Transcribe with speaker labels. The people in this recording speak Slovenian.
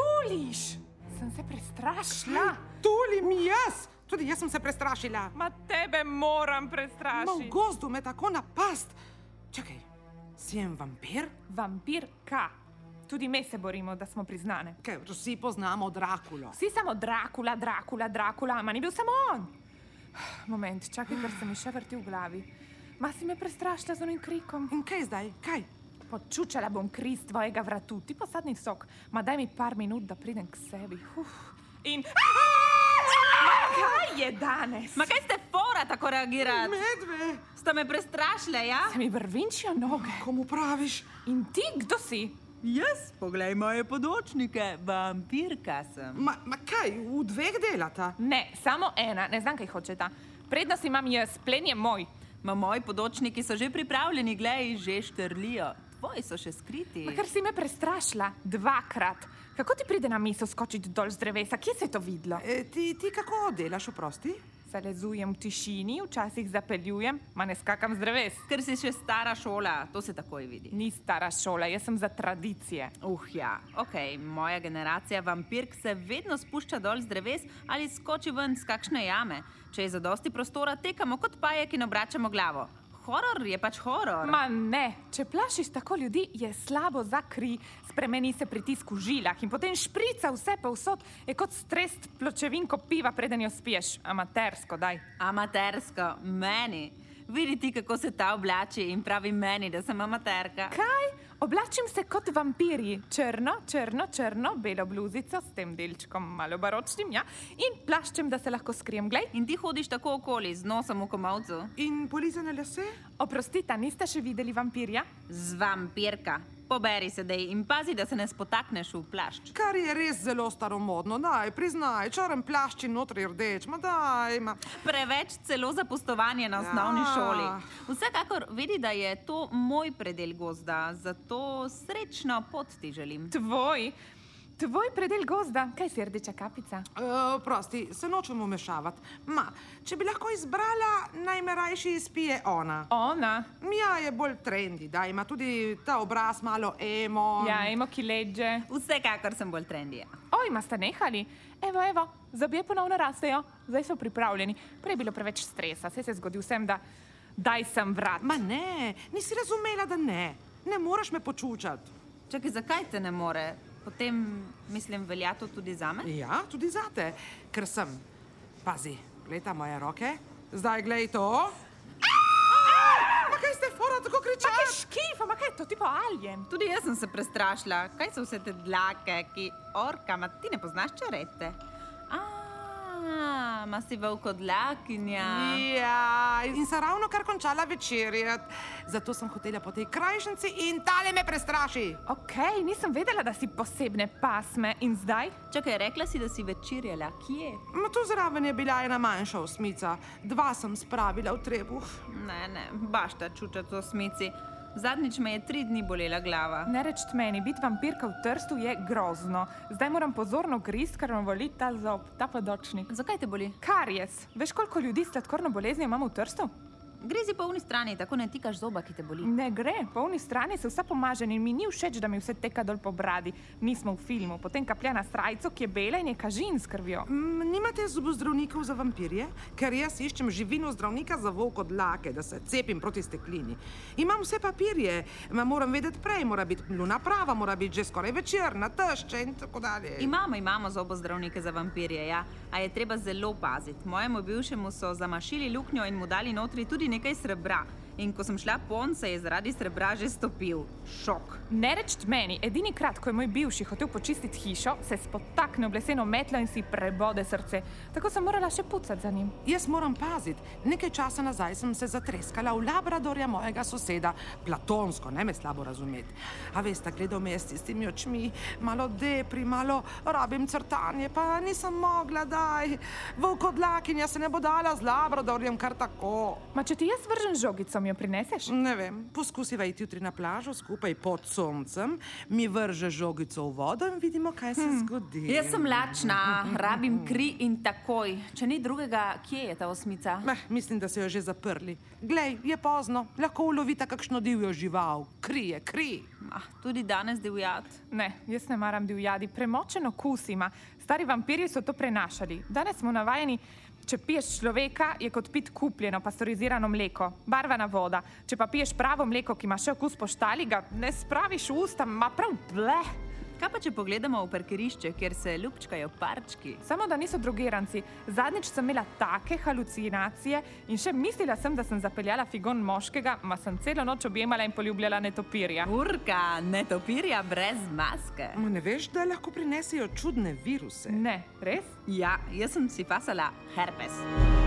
Speaker 1: bojiš?
Speaker 2: Sem se prestrašila.
Speaker 1: Tuli mi jaz, tudi jaz sem se prestrašila.
Speaker 2: Ma tebe moram
Speaker 1: Ma v
Speaker 2: prestrašiti.
Speaker 1: gozdu me tako napast. Čakaj, si en vampir?
Speaker 2: Vampir K. Tudi me se borimo, da smo priznane.
Speaker 1: Ker vsi poznamo Drakulo.
Speaker 2: Vsi samo Drakula, Drakula, Drakula, ma ni bil samo on. Moment, čakaj, ker se mi še vrti v glavi. Ma si me prestrašila z onim krikom.
Speaker 1: In kaj zdaj? Kaj?
Speaker 2: Počučala bom kri z tvojega vratu, ti posadni sok, ma daj mi par minut, da pridem k sebi. Uf. In. Ma Ah! kaj je danes?
Speaker 3: Ma kaj ste fora tako reagirali?
Speaker 1: Medve,
Speaker 3: Ste me prestrašili, ja?
Speaker 2: Se mi vrvinčijo noge.
Speaker 1: komu praviš?
Speaker 2: In ti, kdo si?
Speaker 3: Jaz, poglej moje podočnike, vampirka sem.
Speaker 1: Ma, ma kaj, v dveh delata?
Speaker 2: Ne, samo ena, ne znam, kaj hočeta. Prednost imam jaz, plen je moj.
Speaker 3: Ma moji podočniki so že pripravljeni, glej, že štrlijo. Tvoji so še skriti.
Speaker 2: Ma Ker si me prestrašila dvakrat. Kako ti pride na misel skočiti dol z drevesa? Kje se je to videlo?
Speaker 1: E, ti, ti kako delaš, oprosti?
Speaker 2: Zalezujem v tišini, včasih zapeljujem, ma ne skakam z dreves.
Speaker 3: Ker si še stara šola, to se takoj vidi.
Speaker 2: Ni stara šola, jaz sem za tradicije.
Speaker 3: Uh, ja, ok, moja generacija vampirk se vedno spušča dol z dreves ali skoči ven z kakšne jame. Če je zadosti prostora, tekamo kot pajek in obračamo glavo. Horor je pač horor.
Speaker 2: Ma ne, če plašiš tako ljudi, je slabo za kri, spremeni se pritisk v žilah in potem šprica vse povsod, je kot strest pločevinko piva, preden jo spiješ, amatersko daj.
Speaker 3: Amatersko, meni. Vidite, kako se ta oblači in pravi meni, da sem amaterka.
Speaker 2: Kaj? Oblačim se kot vampirji, črno, črno, črno, belo bluzico s tem delčkom, malo baročnim, ja, in plaščem, da se lahko skrijem. Glej,
Speaker 3: In ti hodiš tako okoli z nosom v komovcu,
Speaker 1: In polizane lase?
Speaker 2: oprostita, niste še videli vampirja?
Speaker 3: z vampirka. Poberi se, dej in pazi, da se ne spotakneš v plašč.
Speaker 1: Kar je res zelo staromodno, naj priznaj, črn plašč in notri rdeč, ma daj, ma.
Speaker 3: Preveč celo za pustovanje na osnovni
Speaker 1: Ja.
Speaker 3: šoli. Vsekakor vidi, da je to moj predel gozda, zato srečno pot ti želim.
Speaker 2: Tvoj, tvoj predel gozda, kaj si rdeča kapica?
Speaker 1: Uh, prosti, se nočem umešavati. Ma, če bi lahko izbrala, naj me rajši izpije ona.
Speaker 2: Ona,
Speaker 1: Mija je bolj trendi, da ima tudi ta obraz malo emo.
Speaker 2: ja, emo ki leže.
Speaker 3: Vsekakor sem bolj trendija.
Speaker 2: Oj, ma ste nehali? Evo, evo, zobje ponovno rastejo, zdaj so pripravljeni. Prej je bilo preveč stresa, vse se je zgodil sem, da daj sem vrat.
Speaker 1: Ma ne, nisi razumela, da ne. Ne moreš me počučati.
Speaker 3: Čakaj, zakaj te ne more? Potem, mislim, velja to tudi za me?
Speaker 1: Ja, tudi zate, ker sem. Pazi, gledaj ta moje roke, zdaj gledaj to. Ma kaj ste fora tako
Speaker 2: Kaj
Speaker 1: kričali?
Speaker 2: škifa, ma kaj je to, tipo alien?
Speaker 3: Tudi jaz sem se prestrašila, kaj so vse te dlake, ki orka, ma ti ne poznaš čarete. A, ma si volkodlakinja.
Speaker 1: Ja, in sem ravno kar končala večerjat. Zato sem hotela po tej krajšnici in tale me prestraši.
Speaker 2: Ok, nisem vedela, da si posebne pasme in zdaj?
Speaker 3: Čakaj, rekla si, da si večerjala, kje?
Speaker 1: Ma tu zraven je bila ena manjša osmica, dva sem spravila v trebuh.
Speaker 3: Ne, ne, bašta čuča to smici. Zadnjič me je tri dni bolela glava.
Speaker 2: Ne reč meni, biti vampirka v Trstu je grozno. Zdaj moram pozorno grist, ker me boli ta zob, ta podočnik.
Speaker 3: Zakaj te boli?
Speaker 2: Karies, veš koliko ljudi s sladkorno boleznijo imamo v Trstu?
Speaker 3: Grizi po uni strani, tako ne tikaš zoba, ki te boli.
Speaker 2: Ne gre, po uni strani se vsa pomaže in mi ni všeč, da mi vse teka dol po bradi. Nismo v filmu, potem kaplja na srajco, ki je bela in je kažin s krvjo.
Speaker 1: Mm, Nimate zobozdravnikov za vampirje, ker jaz iščem živino zdravnika za volk od lake, da se cepim proti steklini. Imam vse papirje, ma moram vedeti prej, mora biti luna prava, mora biti že skoraj večer, na tešče in tako dalje.
Speaker 3: Imamo, imamo zobozdravnike za vampirje, ja, a je treba zelo paziti. Mojemu bivšemu so zamašili luknjo in mu dali notri tudi nekaj srebra. In ko sem šla pon, se je zaradi srebra že stopil. Šok.
Speaker 2: Ne reč meni, edini krat, ko je moj bivši hotel počistiti hišo, se spotakne v leseno metlo in si prebode srce. Tako sem morala še pucati za njim.
Speaker 1: Jaz moram paziti. Nekaj časa nazaj sem se zatreskala v labradorja mojega soseda, platonsko, ne me slabo razumeti. A veste, gledal me je s tistimi očmi, malo depri, malo rabim crtanje, pa nisem mogla, daj. Volkodlakinja se ne bo dala z labradorjem kar tako.
Speaker 2: Ma če ti jaz vržem žogico, mi jo prineseš?
Speaker 1: Ne vem, poskusiva iti jutri na plažo skupaj pod soncem, mi vrže žogico v vodo in vidimo, kaj se zgodi.
Speaker 3: Hm. Jaz sem lačna, rabim kri in takoj. Če ni drugega, kje je ta osmica?
Speaker 1: Meh, mislim, da so jo že zaprli. Glej, je pozno, lahko ulovita kakšno divjo žival, krije, kri.
Speaker 3: Ah, tudi danes divjad.
Speaker 2: Ne, jaz ne maram divjadi, premočen okus ima. Stari vampirji so to prenašali. Danes smo navajeni, če piješ človeka, je kot pit kupljeno pastorizirano mleko, barvana voda. Če pa piješ pravo mleko, ki ima še okus poštali, ga ne spraviš v usta, ima prav ble.
Speaker 3: Kaj pa, če pogledamo v parkirišče, kjer se ljubčkajo parčki?
Speaker 2: Samo da niso drogiranci. Zadnjič sem imela take halucinacije in še mislila sem, da sem zapeljala figon moškega, ma sem celo noč objemala in poljubljala netopirja.
Speaker 3: Urka, ne topirja brez maske.
Speaker 1: Ma ne veš, da lahko prinesejo čudne viruse?
Speaker 2: Ne, res?
Speaker 3: Ja, jaz sem si pasala herpes.